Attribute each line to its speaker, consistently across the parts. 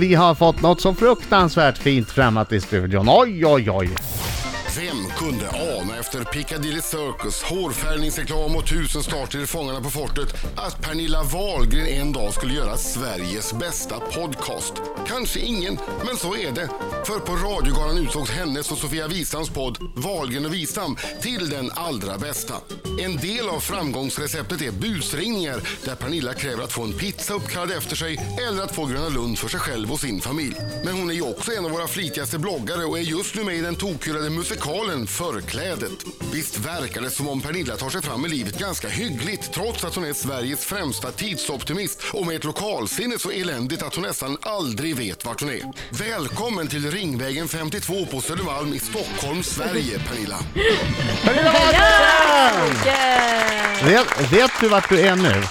Speaker 1: Vi har fått något så fruktansvärt fint frammat i studion. Oj, oj, oj.
Speaker 2: Vem kunde ana efter Piccadilly Circus, hårfärgningsreklam och tusen starter i Fångarna på fortet att Pernilla Wahlgren en dag skulle göra Sveriges bästa podcast? Kanske ingen, men så är det. För på Radiogalan utsågs hennes och Sofia Wistams podd Wahlgren och Wistam till den allra bästa. En del av framgångsreceptet är busringningar där Pernilla kräver att få en pizza uppkallad efter sig eller att få Gröna Lund för sig själv och sin familj. Men hon är ju också en av våra flitigaste bloggare och är just nu med i den tokhyllade musikalen Förklädet. Visst verkar det som om Pernilla tar sig fram i livet ganska hyggligt trots att hon är Sveriges främsta tidsoptimist och med ett lokalsinne så eländigt att hon nästan aldrig vet vart hon är. Välkommen till Ringvägen 52 på Södermalm i Stockholm, Sverige, Pernilla.
Speaker 1: Pernilla Wahlgren! Vet, vet du vart du är nu?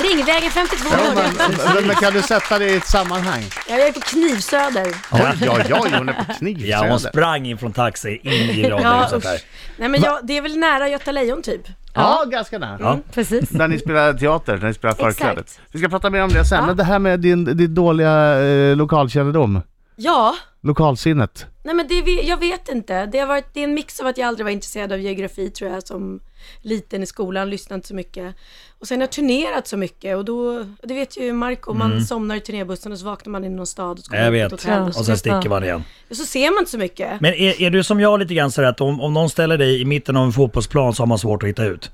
Speaker 3: Ringvägen 52
Speaker 1: Ja,
Speaker 3: hörde jag.
Speaker 1: men, men kan du sätta det i ett sammanhang?
Speaker 3: Jag är på Knivsöder.
Speaker 1: Oj, oj, oj, hon är på kniv.
Speaker 4: Ja, hon sprang in från taxi in i radiohuset här.
Speaker 3: usch. Nej men jag, det är väl nära Göta Lejon typ.
Speaker 1: ja ganska nära.
Speaker 4: Ja.
Speaker 3: Precis.
Speaker 1: Där ni spelar teater, där ni spelar
Speaker 3: Exakt.
Speaker 1: förklädet. Vi ska prata mer om det sen,
Speaker 3: Ja.
Speaker 1: men det här med din, din dåliga eh, lokalkännedom,
Speaker 3: Ja,
Speaker 1: lokalsinnet.
Speaker 3: nej men det, vi- jag vet inte. Det, har varit, det är en mix av att jag aldrig var intresserad av geografi tror jag som liten i skolan, lyssnade inte så mycket. Och sen har jag turnerat så mycket och då, det vet ju Marco, man somnar i turnébussen och så vaknar man i någon stad och så kommer
Speaker 4: Jag
Speaker 3: man till
Speaker 4: vet.
Speaker 3: ett hotell och så-
Speaker 4: Och sen sticker man igen.
Speaker 3: Och så ser man inte så mycket.
Speaker 4: Men är, är du som jag lite grann sådär att om, om någon ställer dig i mitten av en fotbollsplan så har man svårt att hitta ut?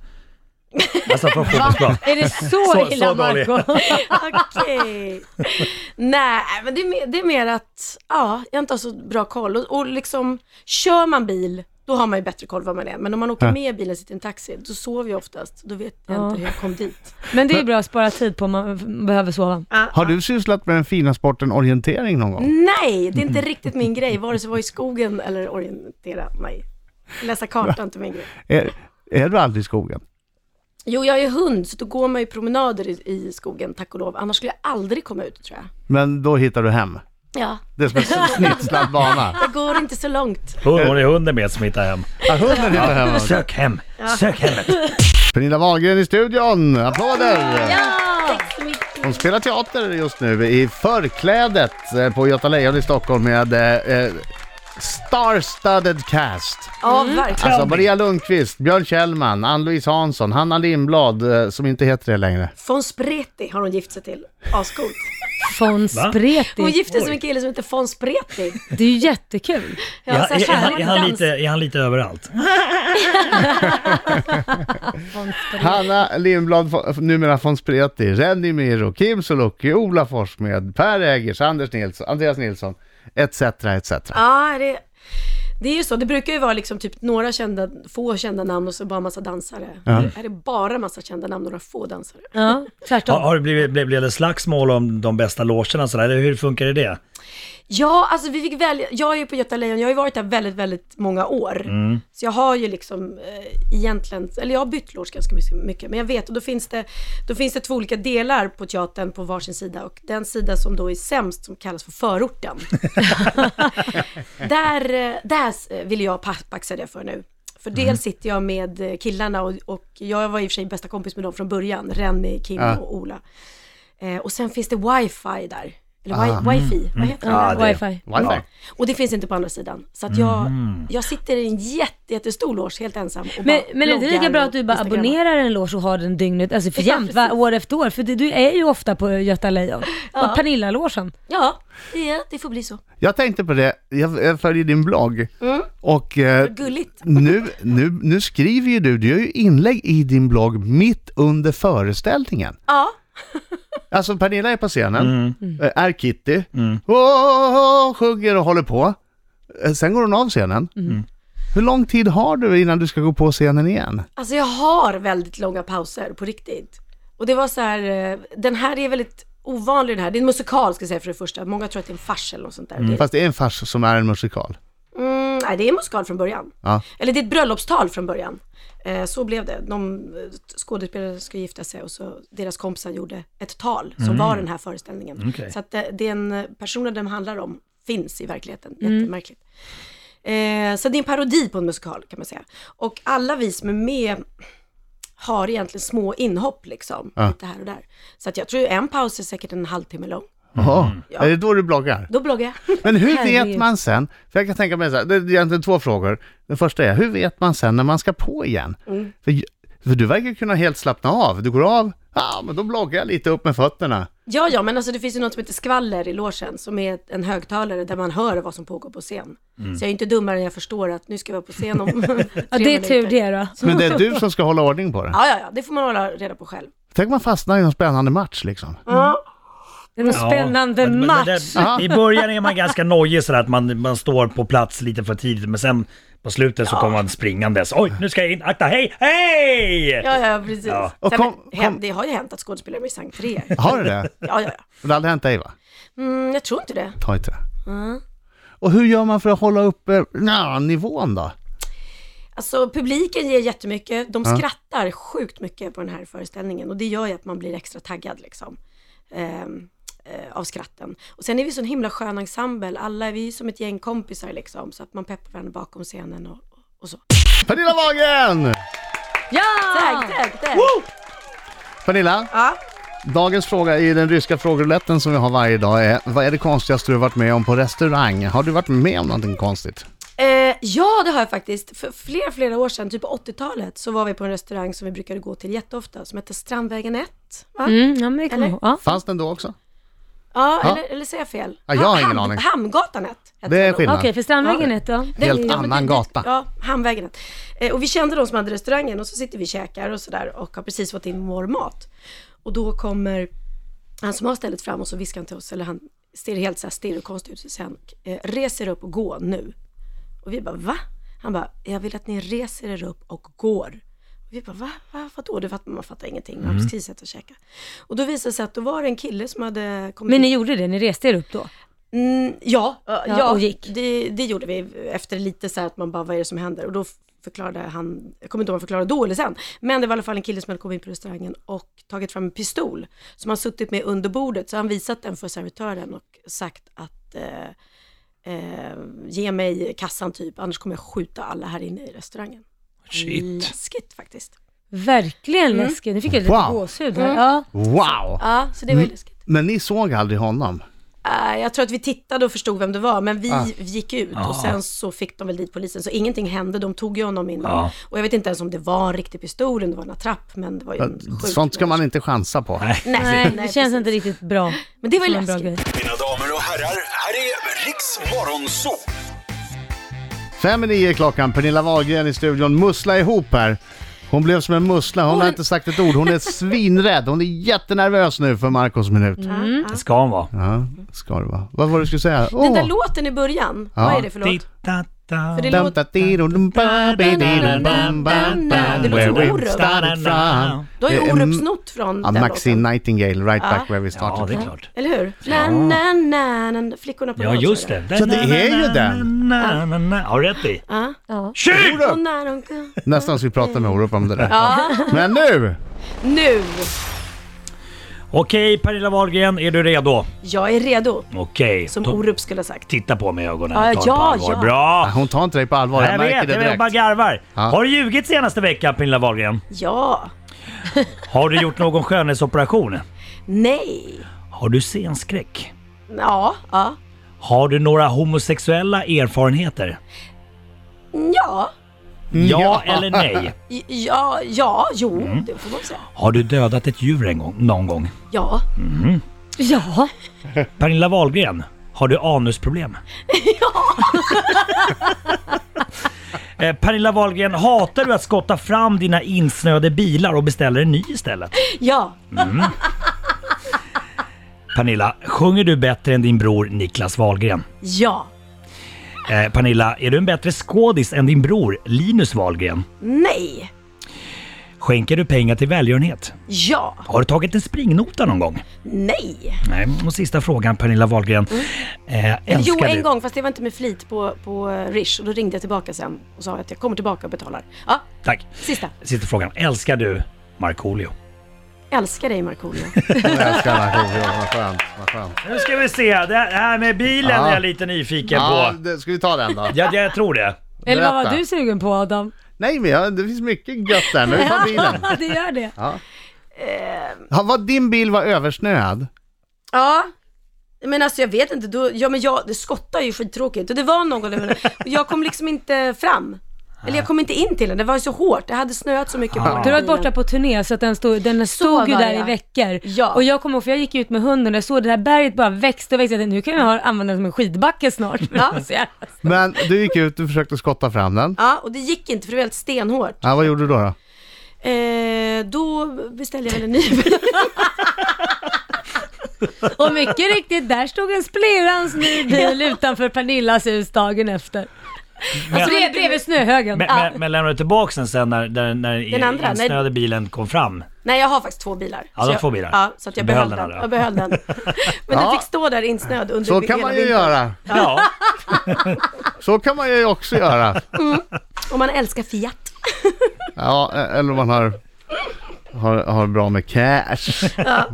Speaker 4: Alltså på en fotbollsplan.
Speaker 5: Är det så,
Speaker 4: Så- så
Speaker 5: illa
Speaker 4: dålig.
Speaker 5: Marco?
Speaker 3: Okej. Nej, men det är, mer, det är mer att ja, jag inte har så bra koll. Och, och liksom, kör man bil, då har man ju bättre koll vad man är. Men om man åker med bilen och sitter i en taxi, då sover jag oftast. Då vet jag
Speaker 5: Ja.
Speaker 3: inte hur jag kom dit.
Speaker 5: Men det är bra att spara tid på om man behöver sova.
Speaker 1: Har du sysslat med den fina sporten orientering någon
Speaker 3: Mm.
Speaker 1: gång?
Speaker 3: Nej, det är inte riktigt min grej. Vare sig vara i skogen eller orientera mig. Läsa kartan är inte min grej.
Speaker 1: Är, är du aldrig i skogen?
Speaker 3: Jo, jag är hund, så då går man ju promenader i, i skogen, tack och lov. Annars skulle jag aldrig komma ut, tror jag.
Speaker 1: Men då hittar du hem.
Speaker 3: Ja,
Speaker 1: Det är som en snitslad bana.
Speaker 3: jag går inte så långt.
Speaker 4: Hon, hon är hunden med som hittar hem.
Speaker 1: Ja, hunden hittar hem. också.
Speaker 4: Sök hem! Sök hemmet!
Speaker 1: Pernilla Wahlgren i studion. Applåder!
Speaker 3: Tack så mycket.
Speaker 1: Hon spelar teater just nu i Förklädet eh, på Göta Lejon i Stockholm med eh, eh, star-studded cast.
Speaker 3: Ja, verkligen.
Speaker 1: Alltså Maria Lundqvist, Björn Kjellman, Ann-Louise Hansson, Hanna Lindblad, eh, som inte heter det längre.
Speaker 3: Von Spreti har hon gift sig till. Ascoolt.
Speaker 5: Von Spreti.
Speaker 3: Hon gifte sig med en kille som heter von Spreti.
Speaker 5: Det är ju jättekul.
Speaker 3: Jag har så här
Speaker 4: är, han-
Speaker 3: kärlek
Speaker 4: är,
Speaker 3: till
Speaker 4: han
Speaker 3: dans.
Speaker 4: lite, är han lite överallt?
Speaker 5: Von Spreti.
Speaker 1: Hanna Lindblad, fo- numera von Spreti, Renny Miro, Kim Sulocki, Ola Forssmed, Per Egers, Anders Nilsson, Andreas Nilsson, etc. etc.
Speaker 3: Ja, det, det är ju så. Det brukar ju vara liksom typ några kända, få kända namn och så bara massa dansare. Nu Är det bara massa kända namn och några få dansare?
Speaker 5: Ja, tvärtom.
Speaker 4: Har, har det blivit, blev, blev det slagsmål om de bästa logerna och sådär? Eller Hur funkar det? det?
Speaker 3: Ja, alltså vi fick välja. Jag är ju på Göta Lejon. Jag har ju varit där väldigt, väldigt många år. Så jag har ju liksom eh, egentligen, eller jag har bytt loge ganska mycket- mycket. Men jag vet, och då finns, det, då finns det två olika delar på teatern på varsin sida. Och den sida som då är sämst, som kallas för förorten. där eh, där eh, vill jag pa- paxa det för nu. För dels sitter jag med eh, killarna och, och jag var i och för sig bästa kompis med dem från början. Renny, Kim
Speaker 1: Ja.
Speaker 3: och Ola. Eh, och sen finns det wifi där. Eller wi- wifi, vad heter
Speaker 4: Ja,
Speaker 3: det?
Speaker 4: det-
Speaker 5: Wifi.
Speaker 1: Wifi.
Speaker 3: Och det finns inte på andra sidan. Så att jag, jag sitter i en jätte, jättestor loge helt ensam och
Speaker 5: Men,
Speaker 3: bara
Speaker 5: men är det
Speaker 3: bloggar
Speaker 5: lika bra att du
Speaker 3: och
Speaker 5: bara
Speaker 3: instagrammar?
Speaker 5: abonnerar en loge och har den dygnet, alltså för jämt, va, år efter år? För det, du är ju ofta på Göta Lejon. Och Pernilla-logen.
Speaker 3: Ja, det, det får bli så.
Speaker 1: Jag tänkte på det, jag, jag följer din blogg och eh,
Speaker 3: Gulligt.
Speaker 1: nu, nu, nu skriver ju du, du gör ju inlägg i din blogg mitt under föreställningen.
Speaker 3: Ja,
Speaker 1: Alltså Pernilla är på scenen, eh, är Kitty, åh, sjunger och håller på. Eh, Sen går hon av scenen. Hur lång tid har du innan du ska gå på scenen igen?
Speaker 3: alltså jag har väldigt långa pauser på riktigt. Och det var så här, eh, den här är väldigt ovanlig den här. Det är en musikal ska jag säga för det första. Många tror att det är en fars eller något sånt där. Det,
Speaker 1: Fast det är en fars som är en musikal.
Speaker 3: mm, nej, det är en musikal från början.
Speaker 1: Ja.
Speaker 3: Eller det är ett bröllopstal från början. Eh, så blev det. De eh, skådespelare skulle gifta sig och så deras kompisar gjorde ett tal som var den här föreställningen.
Speaker 4: Okej.
Speaker 3: Så att eh, det, det är en personen de handlar om finns i verkligheten. Jättemärkligt. Eh, så det är en parodi på en musikal kan man säga. Och alla vi som är med har egentligen små inhopp liksom, lite här och där. Så att jag tror en paus är säkert en halvtimme lång.
Speaker 1: Jaha, är det då du bloggar?
Speaker 3: Då bloggar jag.
Speaker 1: Men hur vet
Speaker 5: Herregud.
Speaker 1: man sen, för jag kan tänka mig så här, det är egentligen två frågor. Den första är, hur vet man sen när man ska på igen? För, för du verkar kunna helt slappna av, du går av, ja men då bloggar jag lite upp med fötterna.
Speaker 3: Ja, ja, men alltså det finns ju något som heter skvaller i logen som är ett- en högtalare där man hör vad som pågår på scen.
Speaker 1: Mm.
Speaker 3: Så jag är inte dummare än jag förstår att nu ska jag vara på scen om
Speaker 5: Ja, det är tur det då.
Speaker 1: Men det är du som ska hålla ordning på det.
Speaker 3: Ja, ja, ja, det får man hålla reda på själv.
Speaker 1: Tänk om man fastnar i någon spännande match liksom.
Speaker 5: Det är en spännande
Speaker 4: men- men- men det-
Speaker 5: match.
Speaker 4: I början är man ganska nojig sådär att man, man står på plats lite för tidigt men sen på slutet så kommer man springandes. Oj, nu ska jag in, akta, hej, hej!
Speaker 3: Ja, ja, precis.
Speaker 4: Ja.
Speaker 1: Och
Speaker 3: Sen,
Speaker 1: kom-
Speaker 3: men, hem-
Speaker 1: kom-
Speaker 3: Det har ju hänt att skådespelare blir entréer.
Speaker 1: Har du det?
Speaker 3: Ja, ja, ja.
Speaker 1: Det har aldrig hänt dig va?
Speaker 3: Mm, jag tror inte det.
Speaker 1: Ta inte det. Och hur gör man för att hålla uppe nja, nivån då?
Speaker 3: Alltså publiken ger jättemycket. De skrattar sjukt mycket på den här föreställningen och det gör ju att man blir extra taggad liksom. Ehm, eh, av skratten. Och sen är vi så en himla skön ensemble. Alla är vi är som ett gäng kompisar liksom. Så att man peppar varandra bakom scenen och, och så.
Speaker 1: Pernilla Wagen!
Speaker 5: Ja!
Speaker 3: Tagg, tagg, tagg!
Speaker 1: Pernilla,
Speaker 3: Ja.
Speaker 1: dagens fråga i den ryska frågeruletten som vi har varje dag är, vad är det konstigaste du har varit med om på restaurang? Har du varit med om någonting konstigt?
Speaker 3: Eh, ja, det har jag faktiskt. För flera, flera år sedan, typ på 80-talet, så var vi på en restaurang som vi brukade gå till jätteofta, som hette Strandvägen 1. Va?
Speaker 5: Mm, ja, men det kommer
Speaker 3: Eller?
Speaker 5: jag ihåg. Ja.
Speaker 1: Fanns den då också?
Speaker 3: Ja,
Speaker 1: Ja.
Speaker 3: Eller, eller säger jag fel?
Speaker 1: Ja, jag har ingen
Speaker 3: Ham-
Speaker 1: aning.
Speaker 3: Hamngatan 1. hette
Speaker 1: Det är
Speaker 3: den då.
Speaker 1: skillnad.
Speaker 5: Okej, för Strandvägen ett då?
Speaker 3: Den-
Speaker 1: Helt
Speaker 3: ja, men
Speaker 1: annan
Speaker 3: det- det-
Speaker 1: gata.
Speaker 3: Ja, Hamnvägen. Eh, och vi kände de som hade restaurangen och så sitter vi och käkar och sådär och har precis fått in vår mat. Och då kommer han som har stället fram och så viskar han till oss, eller han ser helt så här stirrig och konstig ut, så säger han eh, reser upp och gå nu. Och vi bara va? Han bara, jag vill att ni reser er upp och går. Och vi bara va? va? Vadå? Du fattar, man fattar ingenting, man har
Speaker 1: Mm.
Speaker 3: precis sett och käka. Och då visade det sig att då var det en kille som hade kommit
Speaker 5: Men
Speaker 3: in-
Speaker 5: ni gjorde det, ni reste er upp då?
Speaker 3: Mm, ja, ja, ja
Speaker 5: och gick.
Speaker 3: Det, det gjorde vi efter lite så här att man bara, vad är det som händer? Och då förklarade han, jag kommer inte ihåg om han förklarade då eller sen, men det var i alla fall en kille som hade kommit in på restaurangen och tagit fram en pistol som han suttit med under bordet, så han visat den för servitören och sagt att eh, eh, ge mig kassan typ, annars kommer jag skjuta alla här inne i restaurangen.
Speaker 4: Shit.
Speaker 3: Läskigt faktiskt.
Speaker 5: Verkligen
Speaker 3: Mm.
Speaker 5: läskigt. Nu fick jag lite
Speaker 1: Wow.
Speaker 5: gåshud här. Ja.
Speaker 1: Wow!
Speaker 3: Ja, så det var ju läskigt.
Speaker 1: Men ni såg aldrig honom?
Speaker 3: Eh, Jag tror att vi tittade och förstod vem det var, men
Speaker 1: Ah.
Speaker 3: vi gick ut och sen så fick de väl dit polisen. Så ingenting hände, de tog ju honom innan.
Speaker 1: Ah.
Speaker 4: Ja.
Speaker 3: Och jag vet inte ens om det var en riktig pistol, eller om det var en attrapp, men det var ju en sjuk
Speaker 1: Sånt ska man inte chansa på.
Speaker 3: Nej,
Speaker 5: Nej, det känns
Speaker 3: precis.
Speaker 5: inte riktigt bra.
Speaker 3: Men det var ju
Speaker 5: som en bra
Speaker 3: läskigt.
Speaker 5: grej.
Speaker 6: Mina damer och herrar, här är Riks Morgonzoo!
Speaker 1: Fem i nio är klockan, Pernilla Wahlgren i studion. Mussla ihop här. Hon blev som en mussla, hon har inte sagt ett ord. Hon är svinrädd, hon är jättenervös nu för Marcos minut.
Speaker 3: Ah, Mm.
Speaker 5: Mm.
Speaker 4: Det ska hon vara.
Speaker 1: Ja, ska det vara. Vad var det du skulle säga?
Speaker 3: Den där
Speaker 1: Åh.
Speaker 3: låten i början, vad är det för låt?
Speaker 4: Titta-ta.
Speaker 3: För det
Speaker 1: Dum,
Speaker 3: låt-
Speaker 1: da, di, dum, dum, ba, bi, di, dum, bam, bam, bam,
Speaker 3: Det låter som
Speaker 1: where we
Speaker 3: Orup.
Speaker 1: started from.
Speaker 3: Du har ju
Speaker 1: Det är
Speaker 3: Orup
Speaker 1: m-
Speaker 3: snott från
Speaker 1: Ja,
Speaker 3: den
Speaker 1: Maxine
Speaker 3: låten.
Speaker 1: Nightingale, right back where we
Speaker 4: Ja, det
Speaker 1: started.
Speaker 4: är klart.
Speaker 3: Eller hur? Na, na, na, na, flickorna på
Speaker 4: Ja,
Speaker 3: Rhodes,
Speaker 4: just
Speaker 3: var
Speaker 4: det.
Speaker 1: Så det är ju den.
Speaker 4: Na, na, na. Har rätt i.
Speaker 3: Ja.
Speaker 4: Shit!
Speaker 3: Och när de kom.
Speaker 1: Nästan ska vi prata med Orup om det där. Men nu!
Speaker 3: Nu!
Speaker 4: Okej, Pernilla Wahlgren, är du redo?
Speaker 3: Jag är redo,
Speaker 4: Okej.
Speaker 3: som
Speaker 4: då-
Speaker 3: Orup skulle ha sagt.
Speaker 4: Titta på mig i ögonen.
Speaker 3: Ja,
Speaker 4: Ta det på
Speaker 3: ja,
Speaker 4: allvar.
Speaker 3: ja.
Speaker 4: Bra!
Speaker 1: Hon tar inte dig på allvar, jag
Speaker 4: Jag
Speaker 1: märker
Speaker 4: vet,
Speaker 1: det
Speaker 4: jag vet, bara
Speaker 1: direkt.
Speaker 4: garvar. Har du ljugit senaste veckan, Pernilla Wahlgren?
Speaker 3: Ja.
Speaker 4: Har du gjort någon skönhetsoperation?
Speaker 3: Nej.
Speaker 4: Har du scenskräck?
Speaker 3: Ja. Ja.
Speaker 4: Har du några homosexuella erfarenheter?
Speaker 3: Ja.
Speaker 4: Ja eller nej?
Speaker 3: J- Ja, ja, jo, det får man säga.
Speaker 4: Har du dödat ett djur en gång, någon gång?
Speaker 3: Ja.
Speaker 5: Ja,
Speaker 4: Pernilla Wahlgren, har du anusproblem? Ja! eh, Pernilla Wahlgren, hatar du att skotta fram dina insnöade bilar och beställer en ny istället?
Speaker 3: Ja.
Speaker 4: Pernilla, sjunger du bättre än din bror Niklas Wahlgren?
Speaker 3: Ja.
Speaker 4: Eh, Pernilla, är du en bättre skådis än din bror Linus Wahlgren?
Speaker 3: Nej.
Speaker 4: Skänker du pengar till välgörenhet?
Speaker 3: Ja.
Speaker 4: Har du tagit en springnota någon gång?
Speaker 3: Nej.
Speaker 4: Nej, och sista frågan Pernilla Wahlgren. Eh, älskar
Speaker 3: Mm. Jo, en
Speaker 4: du?
Speaker 3: gång, fast det var inte med flit på, på eh, Rish. Och då ringde jag tillbaka sen och sa att jag kommer tillbaka och betalar. Ja,
Speaker 4: Tack.
Speaker 3: sista.
Speaker 4: Sista frågan. Älskar du Markoolio?
Speaker 3: Älskar dig, Markoolio.
Speaker 1: Jag älskar den här showen, vad skönt, vad skönt.
Speaker 4: Nu ska vi se. Det här med bilen
Speaker 1: Ja.
Speaker 4: är jag lite nyfiken
Speaker 1: Ja,
Speaker 4: på.
Speaker 1: det- ska vi ta den då?
Speaker 4: Ja, jag tror det.
Speaker 5: eller vad var
Speaker 1: Berätta.
Speaker 5: du sugen på Adam?
Speaker 1: Nej, men jag, det finns mycket gött där, men vi tar bilen.
Speaker 5: det gör det.
Speaker 1: Ja, vad, din bil var översnöad.
Speaker 3: ja. Men alltså jag vet inte, då, ja men jag, det skottar ju skittråkigt och det var någon gång, och jag kom liksom inte fram. Eller jag kom inte in till den, det var ju så hårt, det hade snöat så mycket på
Speaker 5: Du har varit borta på turné så att den stod, den stod ju
Speaker 3: var
Speaker 5: där
Speaker 3: jag.
Speaker 5: i veckor.
Speaker 3: Ja.
Speaker 5: Och jag kommer ihåg, för jag gick ut med hunden och jag såg det här berget bara växte och växte. Jag tänkte, nu kan jag ha- använda den som en skidbacke snart. Ja. Så jag,
Speaker 1: Men du gick ut och försökte skotta fram den.
Speaker 3: Ja, och det gick inte för det var helt stenhårt.
Speaker 1: Ja, vad gjorde du då? då?
Speaker 3: Eh, då beställde jag väl en ny bil.
Speaker 5: och mycket riktigt, där stod en splirrans ny bil utanför Pernillas hus dagen efter. Alltså brev, bredvid snöhögen.
Speaker 4: Men, men, men lämnade du tillbaka den sen när, när, när
Speaker 3: Den andra,
Speaker 4: insnöade bilen kom fram?
Speaker 3: Nej, jag har faktiskt två bilar.
Speaker 4: Ja, du har
Speaker 3: Så jag-
Speaker 4: två bilar.
Speaker 3: Ja, så att jag
Speaker 4: Behöll
Speaker 3: behöll
Speaker 4: den
Speaker 3: den.
Speaker 4: andra.
Speaker 3: Jag behöll den. Men
Speaker 1: Ja.
Speaker 3: den fick stå där insnöad under
Speaker 1: Så kan
Speaker 3: hela
Speaker 1: man ju
Speaker 3: vintern.
Speaker 1: göra.
Speaker 4: Ja.
Speaker 1: Så kan man ju också göra.
Speaker 3: Och man älskar Fiat.
Speaker 1: Ja, e- eller om man har, har, har bra med cash.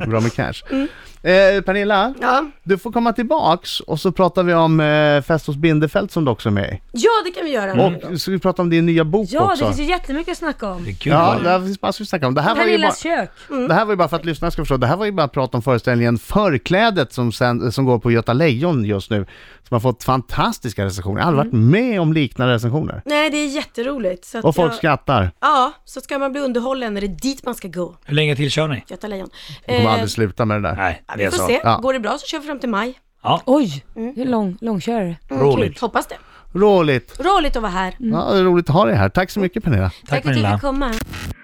Speaker 1: Bra med cash.
Speaker 5: Mm.
Speaker 1: Eh, Pernilla,
Speaker 3: Ja.
Speaker 1: du får komma tillbaks och så pratar vi om eh, Festos Bindefeld som du också är med i.
Speaker 3: ja, det kan vi göra.
Speaker 1: Och ska vi prata om din nya bok
Speaker 5: Ja, det
Speaker 1: också?
Speaker 5: finns ju jättemycket att snacka om.
Speaker 4: Det är kul.
Speaker 1: Ja, det här finns massor att snacka om. Det här, var ju bara,
Speaker 5: Pernillas kök.
Speaker 1: det här var ju bara för att lyssnarna ska förstå. Det här var ju bara prat om föreställningen Förklädet som, sen, som går på Göta Lejon just nu. Som har fått fantastiska recensioner. Jag har
Speaker 5: Mm.
Speaker 1: aldrig varit med om liknande recensioner.
Speaker 3: Nej, det är jätteroligt. Så att
Speaker 1: Och folk
Speaker 3: jag...
Speaker 1: skrattar.
Speaker 3: Ja, så ska man bli underhållen är det dit man ska gå.
Speaker 4: Hur länge till kör ni?
Speaker 3: Göta Lejon.
Speaker 1: De kommer
Speaker 3: Eh,
Speaker 1: aldrig sluta med det där.
Speaker 4: Nej,
Speaker 3: ja,
Speaker 4: det
Speaker 3: vi
Speaker 4: är
Speaker 3: får
Speaker 4: så.
Speaker 3: se.
Speaker 1: Ja.
Speaker 3: Går det bra så kör vi fram till maj. Mm,
Speaker 5: Oj, det är lång, långkörare.
Speaker 4: Roligt.
Speaker 3: Hoppas det.
Speaker 1: Roligt.
Speaker 3: Roligt att vara här.
Speaker 1: Ja, det är roligt att ha dig här. Tack så mycket Pernilla.
Speaker 3: Tack, för att jag
Speaker 4: Pernilla.
Speaker 3: fick komma.